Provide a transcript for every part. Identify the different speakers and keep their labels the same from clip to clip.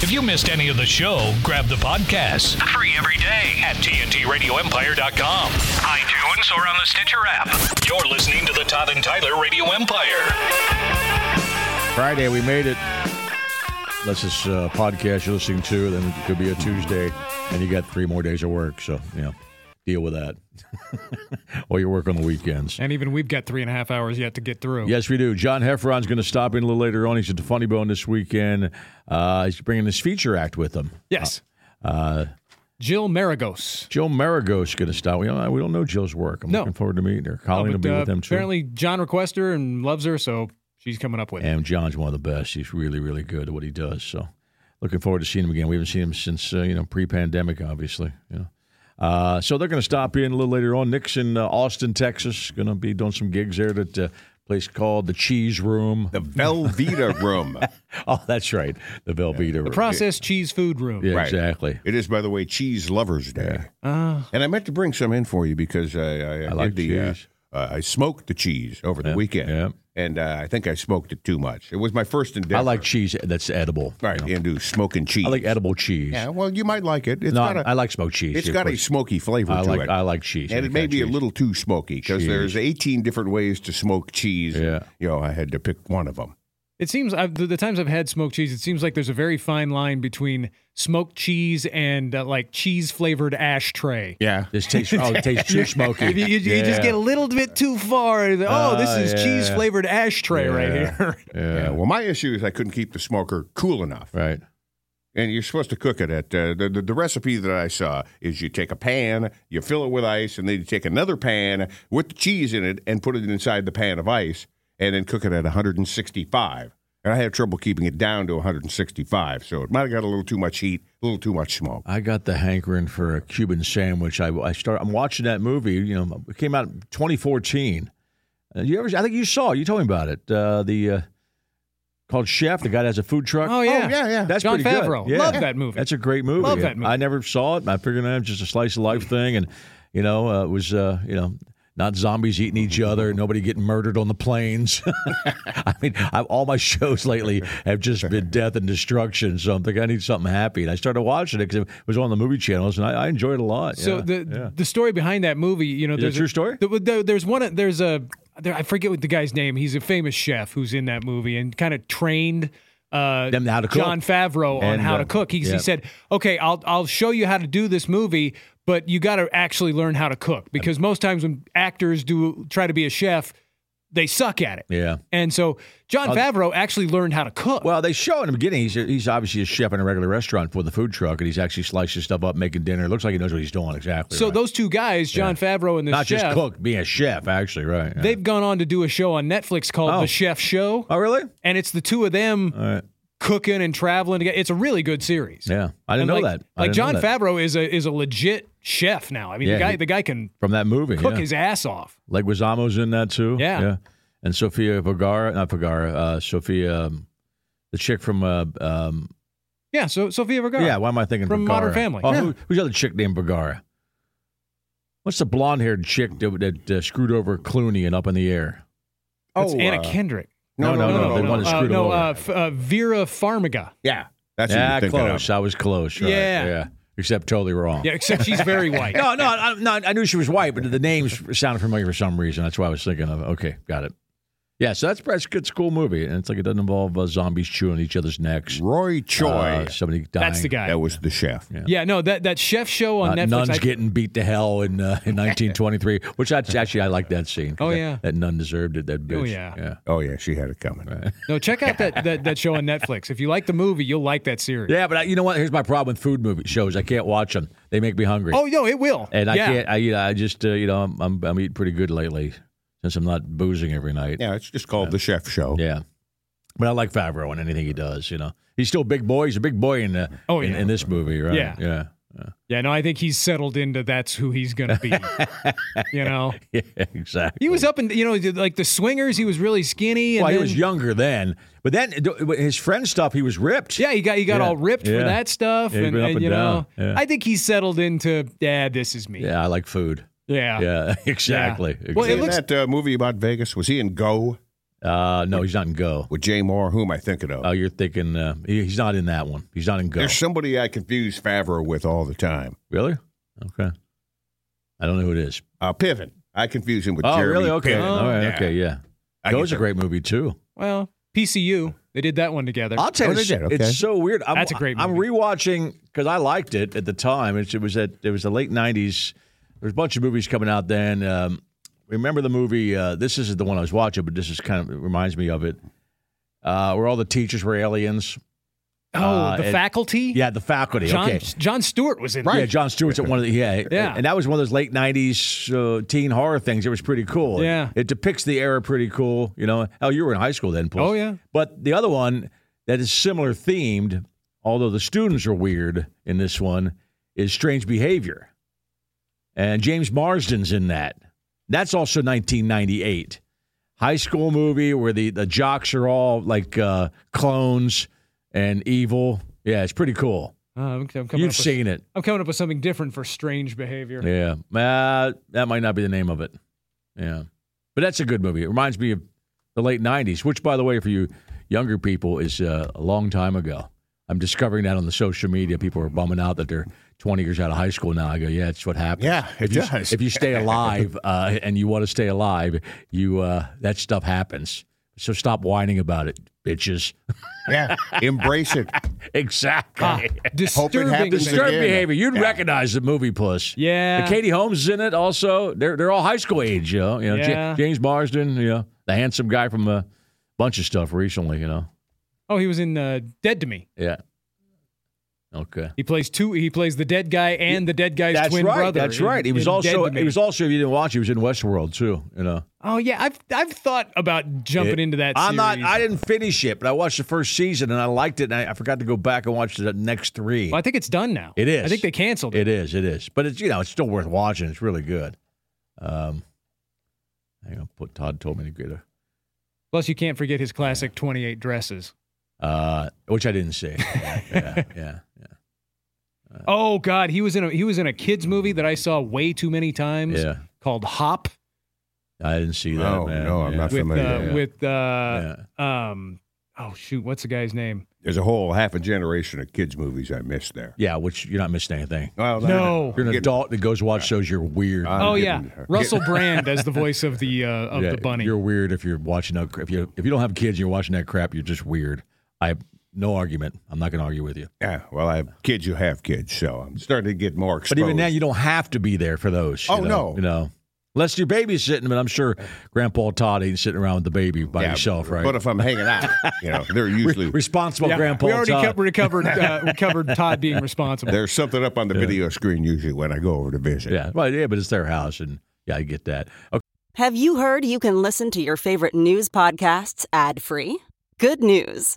Speaker 1: If you missed any of the show, grab the podcast. Free every day at TNTRadioEmpire.com, iTunes, or on the Stitcher app. You're listening to the Todd and Tyler Radio Empire.
Speaker 2: Friday, we made it. That's this uh, podcast you're listening to. Then it could be a Tuesday, and you got three more days of work. So, you know, deal with that. or you work on the weekends.
Speaker 3: And even we've got three and a half hours yet to get through.
Speaker 2: Yes, we do. John Heffron's going to stop in a little later on. He's at the Funny Bone this weekend. Uh, he's bringing his feature act with him.
Speaker 3: Yes.
Speaker 2: Uh,
Speaker 3: Jill Maragos.
Speaker 2: Jill Marigold's going to stop. We don't, we don't know Jill's work. I'm
Speaker 3: No.
Speaker 2: looking forward to meeting her.
Speaker 3: Uh,
Speaker 2: Colleen will
Speaker 3: but,
Speaker 2: be
Speaker 3: uh,
Speaker 2: with them too.
Speaker 3: Apparently, John requests her and loves her, so she's coming up with it.
Speaker 2: And John's one of the best. He's really, really good at what he does. So, looking forward to seeing him again. We haven't seen him since uh, you know pre-pandemic, obviously. You know. Uh, so they're going to stop in a little later on. Nick's in uh, Austin, Texas. Going to be doing some gigs there at a place called the Cheese Room.
Speaker 4: The Velveeta Room.
Speaker 2: Oh, that's right, the Velveeta Room.
Speaker 3: Processed cheese food room.
Speaker 2: Yeah,
Speaker 4: Right.
Speaker 2: exactly.
Speaker 4: It is, by the way, Cheese Lovers Day.
Speaker 3: Uh,
Speaker 4: And I meant to bring some in for you because I, I, I,
Speaker 2: I like
Speaker 4: did the, uh,
Speaker 2: cheese.
Speaker 4: uh, I smoked the cheese over the weekend.
Speaker 2: yeah.
Speaker 4: And uh, I think I smoked it too much. It was my first endeavor.
Speaker 2: I like cheese that's edible.
Speaker 4: right, into smoking cheese.
Speaker 2: I like edible cheese.
Speaker 4: Yeah, well, you might like it. It's
Speaker 2: no,
Speaker 4: got a,
Speaker 2: I like smoked cheese.
Speaker 4: It's
Speaker 2: of
Speaker 4: got a
Speaker 2: course.
Speaker 4: smoky flavor
Speaker 2: I
Speaker 4: to
Speaker 2: like
Speaker 4: it.
Speaker 2: I like cheese.
Speaker 4: and
Speaker 2: Any
Speaker 4: it may
Speaker 2: kind of
Speaker 4: be a
Speaker 2: cheese.
Speaker 4: little too smoky because
Speaker 2: Cheese.
Speaker 4: there's 18 different ways to smoke cheese. and,
Speaker 2: Yeah.
Speaker 4: You know, I had to pick one of them.
Speaker 3: it seems I've, the, the times I've had smoked cheese, it seems like there's a very fine line between smoked cheese and uh, like cheese flavored ashtray.
Speaker 4: Yeah.
Speaker 2: This tastes. Oh, it tastes too smoky.
Speaker 3: If you, you, you just
Speaker 2: Yeah.
Speaker 3: get a little bit too far, and, oh, this
Speaker 2: Ah,
Speaker 3: is
Speaker 2: yeah.
Speaker 3: cheese flavored ashtray right
Speaker 2: Yeah.
Speaker 3: here.
Speaker 4: Yeah.
Speaker 2: yeah.
Speaker 4: Well, my issue is I couldn't keep the smoker cool enough.
Speaker 2: Right.
Speaker 4: And you're supposed to cook it at uh, the, the the recipe that I saw is you take a pan, you fill it with ice, and then you take another pan with the cheese in it and put it inside the pan of ice, and then cook it at 165. And I had trouble keeping it down to 165, so it might have got a little too much heat, a little too much smoke.
Speaker 2: I got the hankering for a Cuban sandwich. I, I start. I'm watching that movie. You know, it came out in 2014. Uh, you ever? I think you saw. it. You told me about it. Uh, the uh, called Chef. The guy that has a food truck.
Speaker 3: Oh, yeah.
Speaker 4: yeah, yeah.
Speaker 2: That's
Speaker 3: John
Speaker 2: pretty good.
Speaker 3: Favreau.
Speaker 2: Yeah.
Speaker 3: Love that movie.
Speaker 2: That's a great movie.
Speaker 3: Love that movie.
Speaker 2: I never saw it. I figured it was just a slice of life thing, and you know, uh, it was uh, you know. Not zombies eating each other, nobody getting murdered on the planes. I mean, I've, all my shows lately have just been death and destruction. So I'm thinking I need something happy, and I started watching it because it was on the movie channels, and I, I enjoyed it a lot.
Speaker 3: So
Speaker 2: yeah,
Speaker 3: the
Speaker 2: yeah.
Speaker 3: the story behind that movie, you know,
Speaker 2: it a
Speaker 3: there's
Speaker 2: true story?
Speaker 3: there- there- there's one. There's a there, I forget what the guy's name. He's a famous chef who's in that movie and kind of trained. Uh,
Speaker 2: Them how to cook.
Speaker 3: John Favreau on
Speaker 2: And,
Speaker 3: how
Speaker 2: uh,
Speaker 3: to cook. He, he
Speaker 2: yeah.
Speaker 3: said, "Okay, I'll I'll show you how to do this movie, but you got to actually learn how to cook because most times when actors do try to be a chef, they suck at it."
Speaker 2: yeah.
Speaker 3: And so John Favreau actually learned how to cook.
Speaker 2: Well, they show in the beginning. He's he's obviously a chef in a regular restaurant for the food truck, and he's actually slicing stuff up, making dinner. It looks like he knows what he's doing exactly.
Speaker 3: so
Speaker 2: right.
Speaker 3: those two guys, John Favreau and the
Speaker 2: not
Speaker 3: chef,
Speaker 2: just cook, being a chef, actually, right? yeah.
Speaker 3: they've gone on to do a show on Netflix called
Speaker 2: Oh.
Speaker 3: The Chef Show.
Speaker 2: oh, really?
Speaker 3: and it's the two of them
Speaker 2: All right.
Speaker 3: cooking and traveling together. It's a really good series.
Speaker 2: Uh, Yeah, I didn't
Speaker 3: And
Speaker 2: know
Speaker 3: like,
Speaker 2: that. I
Speaker 3: Like
Speaker 2: didn't
Speaker 3: John
Speaker 2: know that.
Speaker 3: Favreau is a is a legit chef now. I mean,
Speaker 2: Yeah,
Speaker 3: the guy
Speaker 2: he-
Speaker 3: the guy can
Speaker 2: from that movie.
Speaker 3: cook
Speaker 2: yeah.
Speaker 3: his ass off.
Speaker 2: Leguizamo's in that too.
Speaker 3: Yeah.
Speaker 2: And Sophia Vergara, not Vergara, uh, Sophia, um, the chick from. Uh, um,
Speaker 3: Yeah. So Sofia Vergara.
Speaker 2: yeah, why am I thinking
Speaker 3: From
Speaker 2: Vergara?
Speaker 3: Modern Family.
Speaker 2: Oh,
Speaker 3: Yeah.
Speaker 2: who, who's the other chick named Vergara? What's the blonde-haired chick that, that uh, screwed over Clooney and Up in the Air?
Speaker 3: That's Oh, Anna
Speaker 4: uh,
Speaker 3: Kendrick.
Speaker 2: No, no, no, they wanted to
Speaker 3: uh,
Speaker 2: screw it
Speaker 3: no
Speaker 2: over.
Speaker 3: uh, F- uh, Vera Farmiga.
Speaker 4: yeah, that's what
Speaker 2: yeah,
Speaker 4: you're thinking
Speaker 2: close.
Speaker 4: of.
Speaker 2: I was close. Right?
Speaker 3: Yeah.
Speaker 2: yeah. Except totally wrong.
Speaker 3: Yeah, except she's very white.
Speaker 2: No, no, I, no, I knew she was white, but the names sounded familiar for some reason. That's why I was thinking of. Okay, got it. Yeah, so that's that's a good school movie, and it's like it doesn't involve uh, zombies chewing each other's necks.
Speaker 4: Roy Choi.
Speaker 2: Uh, somebody dying.
Speaker 3: That's the guy.
Speaker 4: that was the chef.
Speaker 3: Yeah, no, that that chef show on
Speaker 2: Uh,
Speaker 3: Netflix.
Speaker 2: nuns
Speaker 3: I-
Speaker 2: getting beat to hell in uh, in 1923, which I, actually I like that scene. 'cause
Speaker 3: Oh,
Speaker 2: that-
Speaker 3: yeah.
Speaker 2: that, nun deserved it. That bitch.
Speaker 3: Oh, yeah.
Speaker 2: yeah.
Speaker 4: Oh yeah, she had it coming.
Speaker 3: no, check out that, that that show on Netflix. If you like the movie, you'll like that series.
Speaker 2: Yeah, but I, you know what? Here's my problem with food movie shows. I can't watch them. They make me hungry.
Speaker 3: Oh no, it will.
Speaker 2: and I
Speaker 3: Yeah.
Speaker 2: can't. I, you know, I just uh, you know I'm, I'm I'm eating pretty good lately since I'm not boozing every night.
Speaker 4: Yeah, it's just called the chef show.
Speaker 2: Yeah. But I like Favreau and anything he does. You know, he's still a big boy. He's a big boy in uh,
Speaker 3: Oh,
Speaker 2: in,
Speaker 3: yeah.
Speaker 2: in this movie, right?
Speaker 3: Yeah.
Speaker 2: yeah.
Speaker 3: Yeah, no, I think he's settled into that's who he's gonna be. you know,
Speaker 2: Yeah, exactly.
Speaker 3: he was up in you know like the swingers. He was really skinny. And
Speaker 2: well, he
Speaker 3: then-
Speaker 2: was younger then, but then his friend stuff, he was ripped.
Speaker 3: Yeah, he got he got
Speaker 2: Yeah,
Speaker 3: all ripped
Speaker 2: yeah.
Speaker 3: for that stuff,
Speaker 2: Yeah, he'd
Speaker 3: and,
Speaker 2: been up
Speaker 3: and,
Speaker 2: and
Speaker 3: you know,
Speaker 2: down, yeah.
Speaker 3: I think he settled into yeah, this is me.
Speaker 2: yeah. I like food.
Speaker 3: yeah.
Speaker 2: Yeah, exactly.
Speaker 3: Well, it
Speaker 4: In
Speaker 2: exactly.
Speaker 3: looks-
Speaker 4: that uh, movie about Vegas, was he in Go
Speaker 2: uh, no, he's not in Go.
Speaker 4: with Jay Moore? Who am I thinking of?
Speaker 2: Oh, you're thinking uh, he, he's not in that one. He's not in Go.
Speaker 4: There's somebody I confuse Favreau with all the time.
Speaker 2: Really? Okay. I don't know who it is.
Speaker 4: Uh, Piven. I confuse him with
Speaker 2: oh,
Speaker 4: Jeremy
Speaker 2: really? Okay.
Speaker 4: Piven.
Speaker 2: All right.
Speaker 4: Yeah.
Speaker 2: Okay. Yeah.
Speaker 4: I
Speaker 2: Go's
Speaker 4: get
Speaker 2: a great movie too.
Speaker 3: Well, PCU they did that one together.
Speaker 2: I'll tell
Speaker 4: Oh,
Speaker 2: you,
Speaker 4: they
Speaker 2: it's,
Speaker 4: did, okay.
Speaker 2: it's so weird. I'm,
Speaker 3: That's a great
Speaker 2: I'm
Speaker 3: movie.
Speaker 2: rewatching because I liked it at the time. It's, it was at it was the late '90s. There was a bunch of movies coming out then. Um, remember the movie? Uh, this isn't the one I was watching, but this is kind of it reminds me of it. Uh, where all the teachers were aliens.
Speaker 3: oh,
Speaker 2: uh,
Speaker 3: the
Speaker 2: it-
Speaker 3: faculty.
Speaker 2: Yeah, the faculty.
Speaker 3: John
Speaker 2: okay.
Speaker 3: John Stewart was in
Speaker 2: Yeah,
Speaker 3: right.
Speaker 2: John Stewart's at one of the yeah,
Speaker 3: Yeah.
Speaker 2: and that was one of those late '90s uh, teen horror things. It was pretty cool.
Speaker 3: Yeah.
Speaker 2: it, depicts the era pretty cool. You know, hell, you were in high school then. Plus.
Speaker 3: Oh, yeah.
Speaker 2: But the other one that is similar themed, although the students are weird in this one, is Strange Behavior, and James Marsden's in that. That's also 1998 high school movie where the the jocks are all like uh, clones and evil. Yeah, it's pretty cool.
Speaker 3: Uh, I'm, I'm coming
Speaker 2: You've
Speaker 3: up with,
Speaker 2: seen it.
Speaker 3: I'm coming up with something different for strange behavior.
Speaker 2: Yeah, uh, that might not be the name of it. Yeah, but that's a good movie. It reminds me of the late '90s, which, by the way, for you younger people, is uh, a long time ago. I'm discovering that on the social media. People are bumming out that they're 20 years out of high school now. I go, yeah, it's what happens.
Speaker 4: Yeah,
Speaker 2: if
Speaker 4: it
Speaker 2: you,
Speaker 4: does.
Speaker 2: If you stay alive uh, and you want to stay alive, you uh, that stuff happens. So stop whining about it, bitches.
Speaker 4: Yeah, embrace it.
Speaker 2: exactly.
Speaker 3: Ah, disturbing.
Speaker 4: happens
Speaker 3: thing.
Speaker 4: again.
Speaker 2: Disturbed behavior. You'd
Speaker 4: Yeah.
Speaker 2: recognize the movie Puss.
Speaker 3: Yeah.
Speaker 2: And Katie Holmes is in it also. They're they're all high school age, you know. You know, Ja-
Speaker 3: Yeah.
Speaker 2: James Marsden, you know, the handsome guy from a bunch of stuff recently, you know.
Speaker 3: Oh, he was in uh, Dead to Me.
Speaker 2: Yeah. Okay.
Speaker 3: He plays two. He plays the dead guy and the dead guy's twin
Speaker 2: right.
Speaker 3: brother.
Speaker 2: That's
Speaker 3: in-
Speaker 2: right. He was
Speaker 3: in Dead
Speaker 2: also
Speaker 3: to Me.
Speaker 2: he was also if you didn't watch, he was in Westworld too, you know.
Speaker 3: Oh yeah, I've I've thought about jumping
Speaker 2: It-
Speaker 3: into that.
Speaker 2: I'm not
Speaker 3: series.
Speaker 2: I didn't finish it, but I watched the first season and I liked it and I, I forgot to go back and watch the next three.
Speaker 3: Well, I think it's done now.
Speaker 2: It is.
Speaker 3: I think they canceled it.
Speaker 2: It is, it is. But it's you know, it's still worth watching. It's really good. Um hang on, put Todd told me to get a
Speaker 3: Plus, you can't forget his classic 28 dresses.
Speaker 2: uh, which I didn't see. Yeah, yeah, yeah,
Speaker 3: Oh God, he was in a he was in a kids movie that I saw way too many times.
Speaker 2: Yeah.
Speaker 3: Called Hop
Speaker 2: I didn't see that.
Speaker 4: No,
Speaker 2: man.
Speaker 4: Oh, no, I'm
Speaker 2: Yeah.
Speaker 4: not
Speaker 3: with uh,
Speaker 4: familiar. yeah.
Speaker 3: with uh, um oh shoot, what's the guy's name?
Speaker 4: There's a whole half a generation of kids' movies I missed there.
Speaker 2: Yeah, which you're not missing anything.
Speaker 4: Well,
Speaker 3: No.
Speaker 2: You're an
Speaker 4: Getting- Uh,
Speaker 2: adult that goes watch shows. You're weird.
Speaker 4: I'm
Speaker 3: oh
Speaker 4: getting-
Speaker 3: yeah,
Speaker 4: getting-
Speaker 3: Russell Brand as the voice of the uh, of
Speaker 2: Yeah,
Speaker 3: the bunny.
Speaker 2: You're weird if you're watching that. cra- If you if you don't have kids, and you're watching that crap. You're just weird. I no argument. I'm not going to argue with you.
Speaker 4: Yeah, well, I have kids who have kids, so I'm starting to get more exposed.
Speaker 2: But even now, you don't have to be there for those. you
Speaker 4: Oh,
Speaker 2: know,
Speaker 4: no.
Speaker 2: you know. Unless your baby's sitting, but I'm sure Grandpa Todd ain't sitting around with the baby by
Speaker 4: Yeah,
Speaker 2: himself, right?
Speaker 4: But if I'm hanging out, you know, they're usually
Speaker 2: Responsible
Speaker 3: Yeah,
Speaker 2: Grandpa
Speaker 3: we already
Speaker 2: Todd.
Speaker 3: co- recovered uh, we covered Todd being responsible.
Speaker 4: there's something up on the video screen usually when I go over to visit.
Speaker 2: yeah, well, yeah, but it's their house, and yeah, I get that. Okay,
Speaker 5: Have you heard you can listen to your favorite news podcasts ad free? Good news!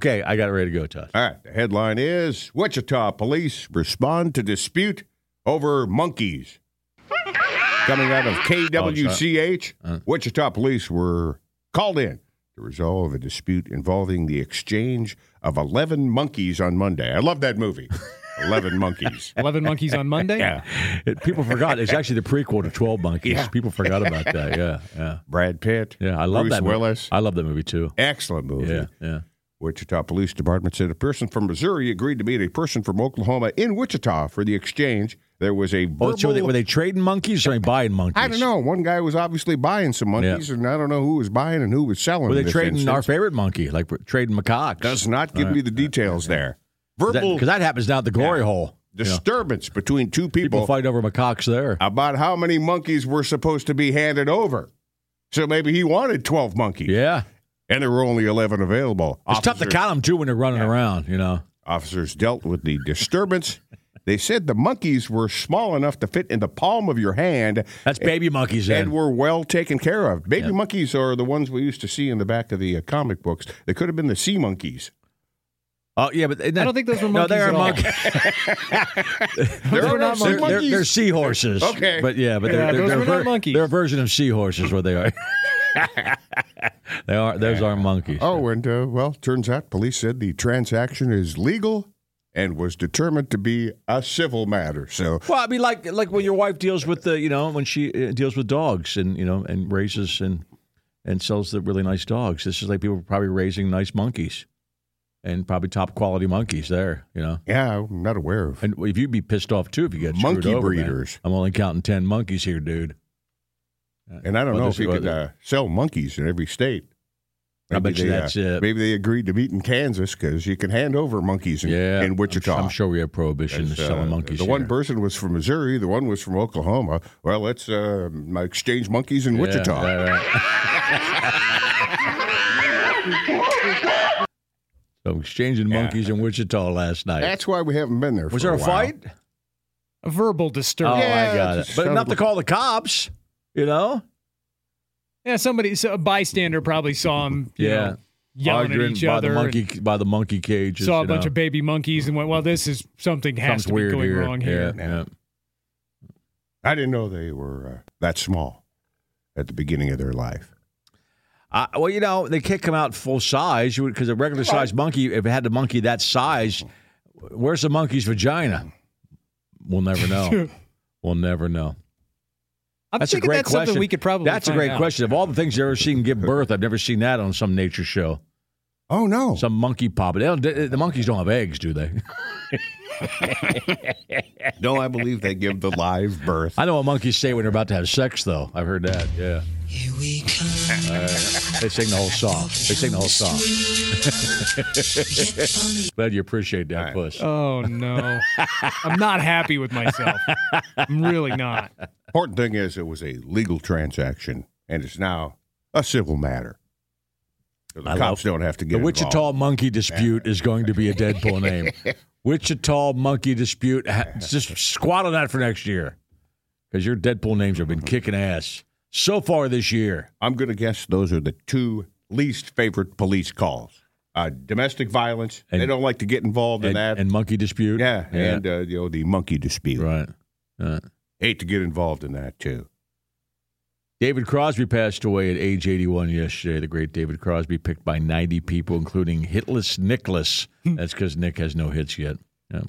Speaker 2: Okay, I got it ready to go, Todd.
Speaker 4: All right. The headline is Wichita police respond to dispute over monkeys. Coming out
Speaker 2: Oh,
Speaker 4: of KWCH,
Speaker 2: Uh.
Speaker 4: Wichita police were called in to resolve a dispute involving the exchange of 11 monkeys on Monday. I love that movie. 11 monkeys.
Speaker 3: 11 Monkeys on Monday?
Speaker 4: Yeah.
Speaker 2: It- people forgot. It's actually the prequel to Twelve Monkeys.
Speaker 4: Yeah.
Speaker 2: People forgot about that. Yeah, yeah,
Speaker 4: Brad Pitt.
Speaker 2: yeah. I love
Speaker 4: Bruce
Speaker 2: that. movie.
Speaker 4: Willis.
Speaker 2: I love that movie too.
Speaker 4: Excellent movie.
Speaker 2: Yeah, yeah.
Speaker 4: Wichita Police Department said a person from Missouri agreed to meet a person from Oklahoma in Wichita for the exchange. There was a verbal.
Speaker 2: Oh, so were they, were they trading monkeys or were they buying monkeys?
Speaker 4: I don't know. One guy was obviously buying some monkeys, and I don't know who was buying and who was selling.
Speaker 2: Were they
Speaker 4: in this
Speaker 2: trading our
Speaker 4: instance.
Speaker 2: favorite monkey, like we're trading macaques?
Speaker 4: Does not give me the details there. Verbal
Speaker 2: because that, happens down at the glory
Speaker 4: Yeah.
Speaker 2: hole. you know.
Speaker 4: disturbance between two
Speaker 2: people,
Speaker 4: people,
Speaker 2: fight over macaques there.
Speaker 4: about how many monkeys were supposed to be handed over. So maybe he wanted twelve monkeys,
Speaker 2: Yeah,
Speaker 4: and there were only eleven available.
Speaker 2: it's tough to
Speaker 4: Officers-
Speaker 2: count them too when they're running around. You know.
Speaker 4: Officers dealt with the disturbance. They said the monkeys were small enough to fit in the palm of your hand
Speaker 2: That's baby monkeys.
Speaker 4: Eh, and
Speaker 2: Then.
Speaker 4: were well taken care of. Baby monkeys are the ones we used to see in the back of the uh, comic books. They could have been the sea monkeys.
Speaker 2: Oh yeah, but
Speaker 3: I don't think those were
Speaker 2: No, they
Speaker 3: monkeys
Speaker 2: are
Speaker 3: at all.
Speaker 2: monkeys.
Speaker 4: There
Speaker 3: were
Speaker 4: are no
Speaker 3: not
Speaker 4: sea
Speaker 2: They're, they're,
Speaker 3: monkeys.
Speaker 4: monkeys.
Speaker 2: they're seahorses.
Speaker 4: Okay.
Speaker 2: But yeah, but they're,
Speaker 3: Yeah,
Speaker 2: they're,
Speaker 3: those
Speaker 2: they're
Speaker 3: were not
Speaker 2: ver-
Speaker 3: monkeys.
Speaker 2: They're a version of seahorses, what they are. they are. Those are monkeys.
Speaker 4: Oh, and uh, well, turns out police said the transaction is legal and was determined to be a civil matter. So
Speaker 2: Well, I mean, like like when your wife deals with the, you know, when she uh, deals with dogs and you know and raises and and sells the really nice dogs. This is like people probably raising nice monkeys, and probably top quality monkeys there. You know,
Speaker 4: yeah, I'm not aware of.
Speaker 2: and if you'd be pissed off too if you get screwed
Speaker 4: Monkey
Speaker 2: over, man.
Speaker 4: breeders.
Speaker 2: I'm only counting ten monkeys here, dude.
Speaker 4: And I don't
Speaker 2: Well,
Speaker 4: know
Speaker 2: this-
Speaker 4: if you could
Speaker 2: well,
Speaker 4: uh, sell monkeys in every state.
Speaker 2: I bet you that's it.
Speaker 4: Maybe they agreed to meet in Kansas because you can hand over monkeys in,
Speaker 2: Yeah,
Speaker 4: in
Speaker 2: I'm-
Speaker 4: Wichita.
Speaker 2: I'm, sure we have prohibition to
Speaker 4: That's, uh,
Speaker 2: selling monkeys.
Speaker 4: The one
Speaker 2: here.
Speaker 4: person was from Missouri. The one was from Oklahoma. Well, let's uh, exchange monkeys in
Speaker 2: Yeah,
Speaker 4: Wichita.
Speaker 2: right, right. so exchanging monkeys in Wichita last night.
Speaker 4: That's why we haven't been there.
Speaker 2: was
Speaker 4: for
Speaker 2: there a,
Speaker 4: while.
Speaker 2: fight?
Speaker 3: A verbal
Speaker 2: Oh,
Speaker 3: disturbance.
Speaker 2: I
Speaker 4: Yeah,
Speaker 2: got it.
Speaker 4: it's just
Speaker 2: But
Speaker 4: sounded
Speaker 2: enough to
Speaker 4: like-
Speaker 2: call the cops, you know?
Speaker 3: Yeah, somebody, so a bystander probably saw him. you
Speaker 2: Yeah.
Speaker 3: know, yelling
Speaker 2: Arguing
Speaker 3: at each
Speaker 2: by
Speaker 3: other.
Speaker 2: the
Speaker 3: and
Speaker 2: monkey by the monkey cages.
Speaker 3: saw a
Speaker 2: you
Speaker 3: bunch
Speaker 2: know.
Speaker 3: of baby monkeys and went, "Well, this is something has
Speaker 2: Something's
Speaker 3: to be
Speaker 2: weird
Speaker 3: going
Speaker 2: here.
Speaker 3: wrong here."
Speaker 2: Yeah, yeah.
Speaker 4: I didn't know they were uh, that small at the beginning of their life.
Speaker 2: I, well, you know, they can't come out full size because a regular sized monkey, if it had a monkey that size, where's the monkey's vagina? We'll never know. we'll never know.
Speaker 3: I'm
Speaker 2: That's a
Speaker 3: thinking
Speaker 2: great
Speaker 3: that's
Speaker 2: question.
Speaker 3: something we could probably.
Speaker 2: That's a
Speaker 3: find
Speaker 2: great
Speaker 3: out.
Speaker 2: question. Of all the things you've ever seen give birth, I've never seen that on some nature show.
Speaker 4: Oh no!
Speaker 2: Some monkey pop. They don't, the the monkeys don't have eggs, do they?
Speaker 4: no, I believe they give the live birth.
Speaker 2: I know what monkeys say when they're about to have sex, though. I've heard that. Yeah. All right. They sing the whole song. They sing the whole song. Glad you appreciate that, puss.
Speaker 3: Oh no, I'm not happy with myself. I'm really not.
Speaker 4: Important thing is, it was a legal transaction, and it's now a civil matter. So the
Speaker 2: I
Speaker 4: cops
Speaker 2: love-
Speaker 4: don't have to
Speaker 2: The
Speaker 4: get
Speaker 2: Wichita
Speaker 4: involved.
Speaker 2: Monkey Dispute is going to be a Deadpool name. Wichita Monkey Dispute. Ha- Just squat on that for next year because your Deadpool names have been
Speaker 4: Mm-hmm.
Speaker 2: kicking ass so far this year.
Speaker 4: I'm going to guess those are the two least favorite police calls: uh, domestic violence.
Speaker 2: And-
Speaker 4: they don't like to get involved
Speaker 2: And,
Speaker 4: in that.
Speaker 2: and Monkey Dispute.
Speaker 4: yeah, and uh, you know the monkey dispute.
Speaker 2: right. right.
Speaker 4: Hate to get involved in that too.
Speaker 2: David Crosby passed away at age 81 yesterday. The great David Crosby, picked by 90 people, including hitless Nicholas.
Speaker 3: Hmm.
Speaker 2: That's because Nick has no hits yet. Yeah.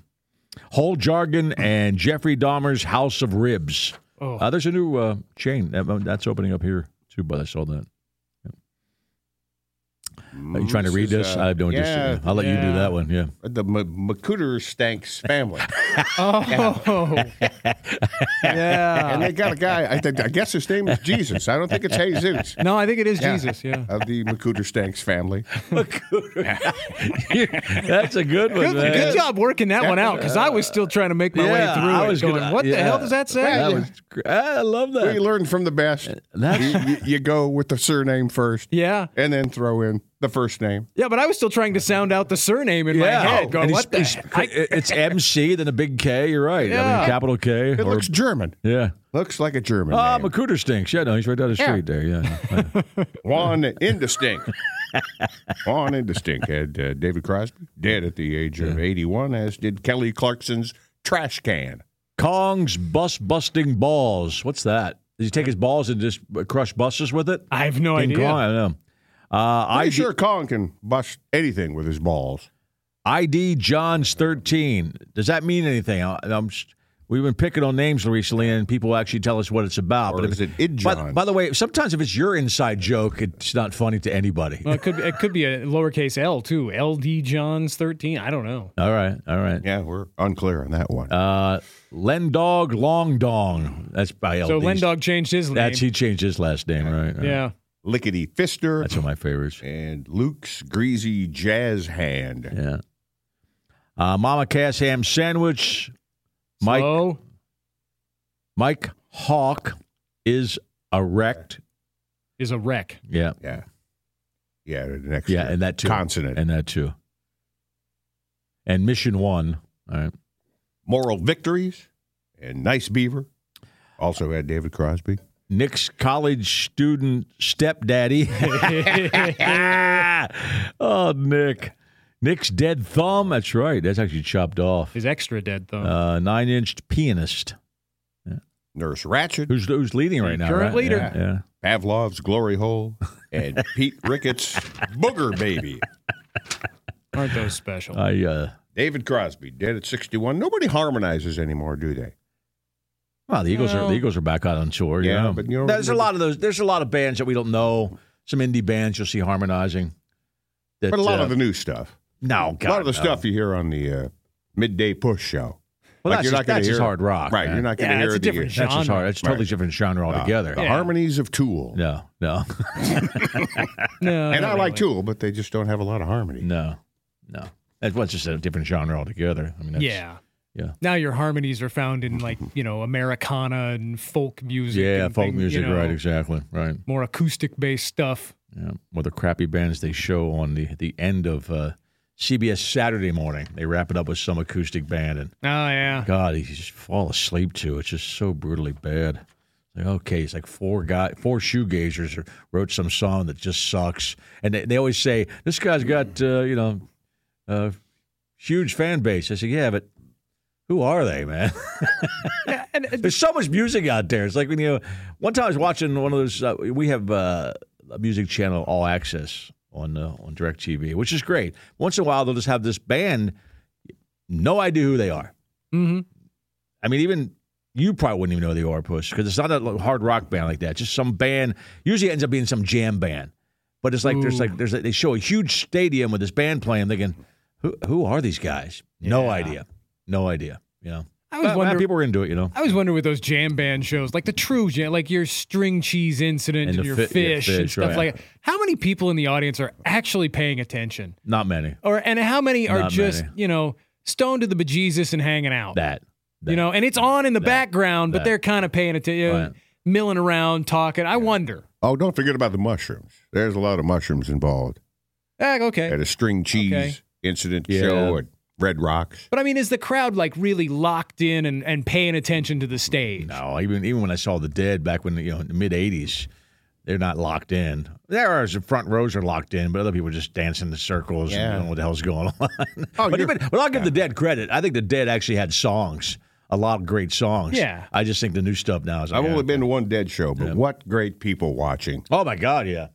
Speaker 2: Whole Jargon and Jeffrey Dahmer's House of Ribs.
Speaker 3: Oh.
Speaker 2: Uh, there's a new uh, chain that, that's opening up here too, but I saw that. Are you trying to read
Speaker 4: is,
Speaker 2: this?
Speaker 4: uh,
Speaker 2: I have no interest. in
Speaker 4: yeah,
Speaker 2: it. I'll let you do
Speaker 3: yeah.
Speaker 2: that one. Yeah.
Speaker 4: The M- McCooter Stanks family.
Speaker 3: Oh,
Speaker 4: And
Speaker 3: yeah.
Speaker 4: they got a guy. I, think I guess his name is Jesus. I don't think it's Jesus.
Speaker 3: No, I think it is Jesus. Yeah.
Speaker 4: Of the McCooter Stanks family.
Speaker 2: That's a good one.
Speaker 3: Good,
Speaker 2: man.
Speaker 3: good job working that one out because I was still trying to make my
Speaker 2: Yeah,
Speaker 3: way through
Speaker 2: I
Speaker 3: it,
Speaker 2: was
Speaker 3: going,
Speaker 2: gonna-
Speaker 3: what the
Speaker 2: yeah.
Speaker 3: hell does that say?
Speaker 2: That was gr- I love
Speaker 4: We
Speaker 2: that.
Speaker 4: learn from the best. You,
Speaker 2: That's
Speaker 4: you- you go with the surname first
Speaker 3: yeah.
Speaker 4: and then throw in the first name.
Speaker 3: Yeah, but I was still trying to sound out the surname in my
Speaker 2: yeah.
Speaker 3: head, going,
Speaker 2: And
Speaker 3: what the
Speaker 2: he's-
Speaker 3: heck?
Speaker 2: he's- it's MC, then a big K. You're right. I
Speaker 3: Yeah.
Speaker 2: mean, capital K.
Speaker 4: It
Speaker 2: or,
Speaker 4: looks German.
Speaker 2: yeah.
Speaker 4: Looks like a German.
Speaker 2: Ah,
Speaker 4: name.
Speaker 2: Macuder stinks. Yeah, no, he's right down the
Speaker 4: Yeah.
Speaker 2: street there. Yeah.
Speaker 4: Juan Indistinct. Juan Indistinct had uh, David Crosby dead at the age of 81, as did Kelly Clarkson's trash can.
Speaker 2: Kong's bus busting balls. What's that? Did he take his balls and just crush buses with it?
Speaker 3: I have no
Speaker 2: King
Speaker 3: idea.
Speaker 2: Kong, I don't know. Uh,
Speaker 4: I'm
Speaker 2: ID,
Speaker 4: sure Kong can bust anything with his balls.
Speaker 2: ID John's 13. Does that mean anything? I, am we've been picking on names recently, and people actually tell us what it's about.
Speaker 4: Or is it Id
Speaker 2: by,
Speaker 4: John?
Speaker 2: by the way, sometimes if it's your inside joke, it's not funny to anybody.
Speaker 3: Well, it could it could be a lowercase L too. L D Johns thirteen. I don't know.
Speaker 2: All right, all right.
Speaker 4: Yeah, we're unclear on that one.
Speaker 2: Uh, Lendog Long Dong. That's by LD.
Speaker 3: So Lendog changed his name.
Speaker 2: That's he changed his last name, right? right.
Speaker 3: yeah.
Speaker 4: Lickety Fister
Speaker 2: That's one of my favorites.
Speaker 4: and Luke's Greasy Jazz Hand.
Speaker 2: Yeah. Uh, Mama Cass ham sandwich. Mike
Speaker 3: Slow.
Speaker 2: Mike Hawk is erect.
Speaker 3: is a wreck.
Speaker 2: Yeah.
Speaker 4: Yeah. Yeah, the next
Speaker 2: Yeah, and that too.
Speaker 4: consonant.
Speaker 2: And that too. And mission one. All right.
Speaker 4: Moral Victories and Nice Beaver. Also had David Crosby.
Speaker 2: Nick's college student stepdaddy. oh, Nick. Nick's dead thumb. That's right. That's actually chopped off.
Speaker 3: Is extra dead thumb.
Speaker 2: Uh, nine inched pianist.
Speaker 4: Nurse Ratchet.
Speaker 2: Who's who's leading right now?
Speaker 3: Current
Speaker 2: right?
Speaker 3: leader.
Speaker 2: Yeah, yeah.
Speaker 4: Pavlov's Glory Hole, and Pete Ricketts' Booger Baby.
Speaker 3: Aren't those special?
Speaker 2: I uh
Speaker 4: David Crosby dead at 61. Nobody harmonizes anymore, do they?
Speaker 2: Well, the Eagles are
Speaker 3: Well-
Speaker 2: the Eagles are back out on tour.
Speaker 4: Yeah,
Speaker 2: you know?
Speaker 4: but you don't
Speaker 2: there's a
Speaker 4: remember-
Speaker 2: lot of those. There's a lot of bands that we don't know. Some indie bands you'll see harmonizing. that,
Speaker 4: But a lot
Speaker 2: uh,
Speaker 4: of the new stuff.
Speaker 2: no, God,
Speaker 4: a lot of the
Speaker 2: no.
Speaker 4: stuff you hear on the uh, midday push show.
Speaker 2: Well,
Speaker 4: Like,
Speaker 2: that's
Speaker 4: you're
Speaker 2: just,
Speaker 4: not gonna
Speaker 2: that's just
Speaker 4: hear-
Speaker 2: hard rock,
Speaker 4: Right.
Speaker 2: man.
Speaker 4: You're not going to
Speaker 3: Yeah,
Speaker 4: hear
Speaker 3: it's a
Speaker 4: the,
Speaker 3: different
Speaker 4: uh,
Speaker 2: That's just
Speaker 3: genre.
Speaker 2: hard. That's a totally
Speaker 4: Right. Ah.
Speaker 2: different genre altogether.
Speaker 4: the harmonies of Tool.
Speaker 2: No, no,
Speaker 3: no,
Speaker 4: And
Speaker 3: not
Speaker 4: I like
Speaker 3: really.
Speaker 4: Tool, but they just don't have a lot of harmony.
Speaker 2: no, no. That's well, it's just a different genre altogether. I mean, that's,
Speaker 3: Yeah.
Speaker 2: Yeah.
Speaker 3: Now your harmonies are found in like you know Americana and folk music.
Speaker 2: yeah,
Speaker 3: and
Speaker 2: folk
Speaker 3: thing- you
Speaker 2: music,
Speaker 3: know,
Speaker 2: right? Exactly, right.
Speaker 3: More acoustic based stuff.
Speaker 2: Yeah. Well, the crappy bands they show on the the end of uh, CBS Saturday morning, they wrap it up with some acoustic band and.
Speaker 3: Oh yeah.
Speaker 2: God, you just fall asleep to. It's just so brutally bad. Like, okay, it's like four guy, four shoegazers are- wrote some song that just sucks, and they, they always say this guy's got uh, you know a huge fan base. I say, yeah, but who are they, man?
Speaker 3: And, uh, and-
Speaker 2: There's so much music out there. It's like when you one time I was watching one of those. Uh, we have uh, a music channel, All Access, on uh, on Directv, which is great. Once in a while, they'll just have this band, no idea who they are.
Speaker 3: mhm.
Speaker 2: I mean, even you probably wouldn't even know the Push because it's not a hard rock band like that. Just some band. Usually, it ends up being some jam band. But it's like there's
Speaker 3: Ooh.
Speaker 2: like there's like, they show a huge stadium with this band playing. Thinking, who who are these guys? No
Speaker 3: Yeah.
Speaker 2: idea. No idea. You know.
Speaker 3: I was
Speaker 2: But, man,
Speaker 3: wondering.
Speaker 2: people were into it. You know.
Speaker 3: I was wondering with those jam band shows, like the true jam, like your string cheese incident
Speaker 2: And
Speaker 3: and,
Speaker 2: the
Speaker 3: your,
Speaker 2: fi- yeah,
Speaker 3: fish and
Speaker 2: fish,
Speaker 3: stuff
Speaker 2: right.
Speaker 3: like that. How many people in the audience are actually paying attention,
Speaker 2: Not many.
Speaker 3: or and how many are
Speaker 2: Not
Speaker 3: just
Speaker 2: many.
Speaker 3: you know stoned to the bejesus and hanging out?
Speaker 2: That. that.
Speaker 3: you know, and it's on in the background,
Speaker 2: that.
Speaker 3: but they're kind of paying attention,
Speaker 2: Right.
Speaker 3: milling around, talking. I wonder.
Speaker 4: Oh, don't forget about the mushrooms. There's a lot of mushrooms involved
Speaker 3: Eh, okay,
Speaker 4: at a string cheese
Speaker 3: Okay.
Speaker 4: incident
Speaker 2: Yeah.
Speaker 4: show at Red Rocks.
Speaker 3: but I mean, is the crowd like really locked in and, and paying attention to the stage?
Speaker 2: No, even even when I saw the Dead back when you know in the mid '80s, they're not locked in. There are some front rows are locked in, but other people just dance in the circles and
Speaker 4: Yeah.
Speaker 2: don't know what the hell's going on. but,
Speaker 3: Oh,
Speaker 4: you're-
Speaker 2: even, but I'll give the Dead credit. I think the Dead actually had songs, a lot of great songs.
Speaker 3: Yeah.
Speaker 2: I just think the new stuff now is. Like,
Speaker 4: I've
Speaker 2: yeah.
Speaker 4: only been to one dead show, but what great people watching.
Speaker 2: Oh my God! Yeah,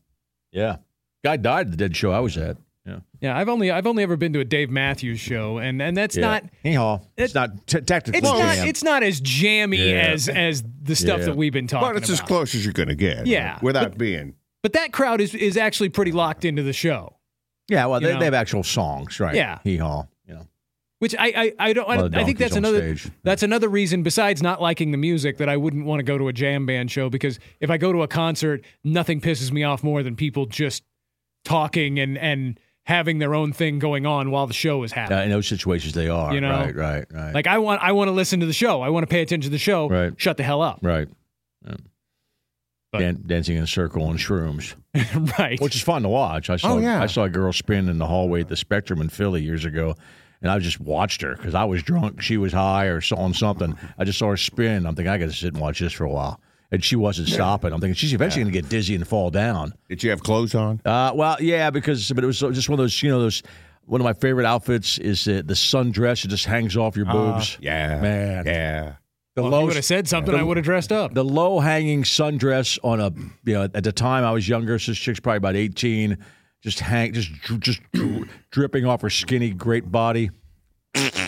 Speaker 2: yeah. Guy died at the Dead show I was at. Yeah.
Speaker 3: Yeah, I've only I've only ever been to a Dave Matthews show, and and that's
Speaker 2: yeah.
Speaker 3: not
Speaker 2: Anyhow, it's
Speaker 3: it-
Speaker 2: not t- technically.
Speaker 3: it's not
Speaker 2: jam.
Speaker 3: it's not as jammy
Speaker 2: Yeah.
Speaker 3: as as the stuff
Speaker 2: Yeah.
Speaker 3: that we've been talking
Speaker 4: But it's
Speaker 3: about.
Speaker 4: as close as you're going to get.
Speaker 3: Yeah.
Speaker 4: Without being.
Speaker 3: But that crowd is is actually pretty locked into the show.
Speaker 2: yeah. Well,
Speaker 3: you
Speaker 2: they,
Speaker 3: know.
Speaker 2: they have actual songs, right?
Speaker 3: Yeah.
Speaker 2: Hee haw. You know.
Speaker 3: Which I I, I don't I,
Speaker 2: lot of
Speaker 3: I
Speaker 2: donkeys
Speaker 3: think that's
Speaker 2: on
Speaker 3: another
Speaker 2: stage.
Speaker 3: that's another reason besides not liking the music that I wouldn't want to go to a jam band show because if I go to a concert, nothing pisses me off more than people just talking and and having their own thing going on while the show is happening.
Speaker 2: Uh, in those situations, they are.
Speaker 3: You know?
Speaker 2: right, right, right.
Speaker 3: Like I want I want to listen to the show. I want to pay attention to the show.
Speaker 2: Right.
Speaker 3: Shut the hell up.
Speaker 2: right. Yeah.
Speaker 3: But-
Speaker 2: Dan- dancing in a circle on shrooms,
Speaker 3: Right.
Speaker 2: which is fun to watch. I saw
Speaker 4: Oh, yeah.
Speaker 2: I saw a girl spin in the hallway at the Spectrum in Philly years ago, and I just watched her because I was drunk, she was high or saw on something. I just saw her spin. I'm thinking I got to sit and watch this for a while, and she wasn't stopping. I'm thinking she's eventually going to get dizzy and fall down.
Speaker 4: Did you have clothes on?
Speaker 2: Uh, well, yeah, because but it was so- just one of those, you know, those. One of my favorite outfits is the, the sundress. It just hangs off your boobs.
Speaker 4: Yeah,
Speaker 2: Ah, Man.
Speaker 4: Yeah.
Speaker 2: The
Speaker 3: Uh, Well, if you would have said something, I would have dressed up.
Speaker 2: the low hanging sundress on a you know at the time I was younger, so this chick's probably about eighteen, just hang just dr- just dr- dripping off her skinny great body.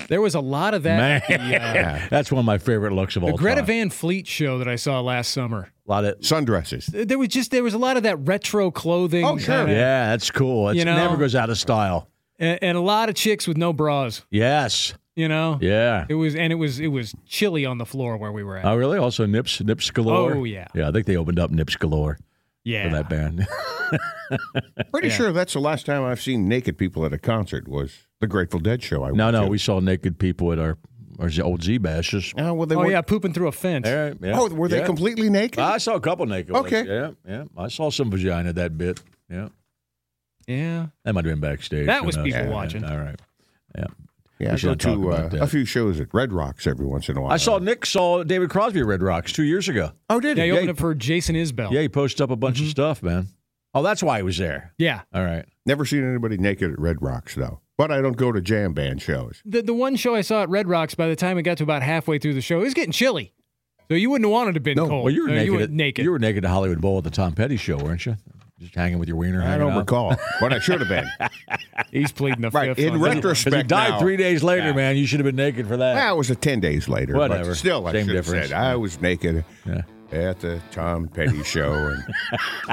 Speaker 3: there was a lot of that.
Speaker 2: Man,
Speaker 3: at the, uh,
Speaker 2: that's one of my favorite looks of
Speaker 3: the
Speaker 2: all
Speaker 3: Greta
Speaker 2: time.
Speaker 3: Van Fleet show that I saw last summer.
Speaker 2: Lot of-
Speaker 4: Sundresses.
Speaker 3: There was just there was a lot of that retro clothing.
Speaker 4: Oh, sure.
Speaker 3: uh,
Speaker 2: yeah, that's cool. It
Speaker 3: You know?
Speaker 2: never goes out of style.
Speaker 3: and, and a lot of chicks with no bras.
Speaker 2: Yes,
Speaker 3: You know.
Speaker 2: yeah.
Speaker 3: It was and it was it was chilly on the floor where we were at.
Speaker 2: Oh, really? Also, Nips, Nips galore.
Speaker 3: Oh, yeah.
Speaker 2: yeah. I think they opened up Nips galore
Speaker 3: yeah.
Speaker 2: for that band.
Speaker 4: Pretty sure that's the last time I've seen naked people at a concert was the Grateful Dead show. I
Speaker 2: no,
Speaker 4: went
Speaker 2: no,
Speaker 4: to.
Speaker 2: we saw naked people at our our old Z bashes.
Speaker 4: Oh, well, they
Speaker 3: oh
Speaker 4: were,
Speaker 3: yeah, pooping through a fence.
Speaker 2: Yeah, yeah,
Speaker 4: Oh, were they
Speaker 2: yeah. Ah,
Speaker 4: completely naked?
Speaker 2: I saw a couple naked. ones.
Speaker 4: Okay.
Speaker 2: Yeah, yeah. I saw some vagina that bit. Yeah.
Speaker 3: Yeah.
Speaker 2: That might have been backstage.
Speaker 3: That
Speaker 2: Who
Speaker 3: was
Speaker 2: knows?
Speaker 3: people
Speaker 2: Yeah,
Speaker 3: watching.
Speaker 2: All right.
Speaker 4: yeah,
Speaker 2: we
Speaker 4: I
Speaker 2: should
Speaker 4: go
Speaker 2: not talk
Speaker 4: to
Speaker 2: about
Speaker 4: uh,
Speaker 2: that.
Speaker 4: a few shows at Red Rocks every once in a while.
Speaker 2: I saw Nick saw David Crosby at Red Rocks two years ago.
Speaker 4: Oh, did
Speaker 3: Yeah,
Speaker 4: he?
Speaker 3: you opened
Speaker 4: Yeah,
Speaker 3: up for Jason Isbell.
Speaker 2: Yeah, he posted up a bunch
Speaker 4: Mm-hmm.
Speaker 2: of stuff, man. Oh, that's why he was there.
Speaker 3: Yeah.
Speaker 2: All right.
Speaker 4: Never seen anybody naked at Red Rocks though. But I don't go to jam band shows.
Speaker 3: The the one show I saw at Red Rocks, by the time it got to about halfway through the show, it was getting chilly. So you wouldn't have wanted to have been
Speaker 4: No,
Speaker 3: cold.
Speaker 2: Well, you were
Speaker 3: Uh,
Speaker 2: naked.
Speaker 3: You were
Speaker 2: at,
Speaker 3: naked.
Speaker 2: You were naked at Hollywood Bowl at the Tom Petty show, weren't you? Just hanging with your wiener.
Speaker 4: I
Speaker 2: hanging
Speaker 4: don't
Speaker 2: out.
Speaker 4: recall, but I should have been.
Speaker 3: He's pleading the
Speaker 4: Right,
Speaker 3: fifth.
Speaker 4: in
Speaker 3: on that one.
Speaker 2: 'Cause he
Speaker 4: retrospect,
Speaker 2: died
Speaker 4: now-
Speaker 2: three days later,
Speaker 4: Yeah.
Speaker 2: man. You should have been naked for that.
Speaker 4: Well, it was a ten days later.
Speaker 2: Whatever.
Speaker 4: But still, I
Speaker 2: Same
Speaker 4: should have
Speaker 2: difference.
Speaker 4: said I was naked
Speaker 2: Yeah.
Speaker 4: at the Tom Petty show, and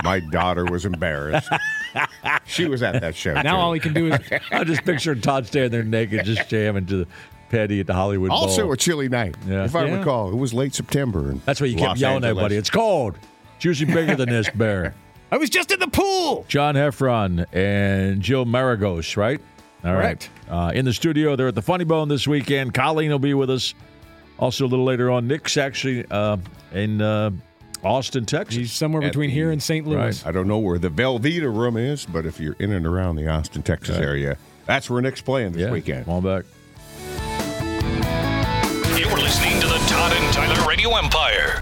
Speaker 4: my daughter was embarrassed. She was at that show.
Speaker 3: Now
Speaker 4: too.
Speaker 3: all he can do is
Speaker 2: I just pictured Todd standing there naked, just jamming to the Petty at the Hollywood Bowl.
Speaker 4: also a chilly night,
Speaker 2: Yeah.
Speaker 4: if I
Speaker 3: Yeah.
Speaker 4: recall. It was late September. And
Speaker 2: That's why you kept
Speaker 4: Los
Speaker 2: yelling at
Speaker 4: Angeles.
Speaker 2: everybody. It's cold. It's usually bigger than this bear.
Speaker 3: I was just in the pool.
Speaker 2: John Heffron and Jill Maragos, right? All right.
Speaker 3: Correct.
Speaker 2: Uh, in the studio, they're at the Funny Bone this weekend. Colleen will be with us. Also, a little later on, Nick's actually uh, in uh, Austin, Texas.
Speaker 3: He's somewhere
Speaker 4: At
Speaker 3: between
Speaker 4: the-
Speaker 3: here and St. Louis.
Speaker 2: Right.
Speaker 4: I don't know where the Velveeta room is, but if you're in and around the Austin, Texas area, that's where Nick's playing this
Speaker 2: yeah,
Speaker 4: weekend.
Speaker 2: Come on back.
Speaker 1: You're listening to the Todd and Tyler Radio Empire.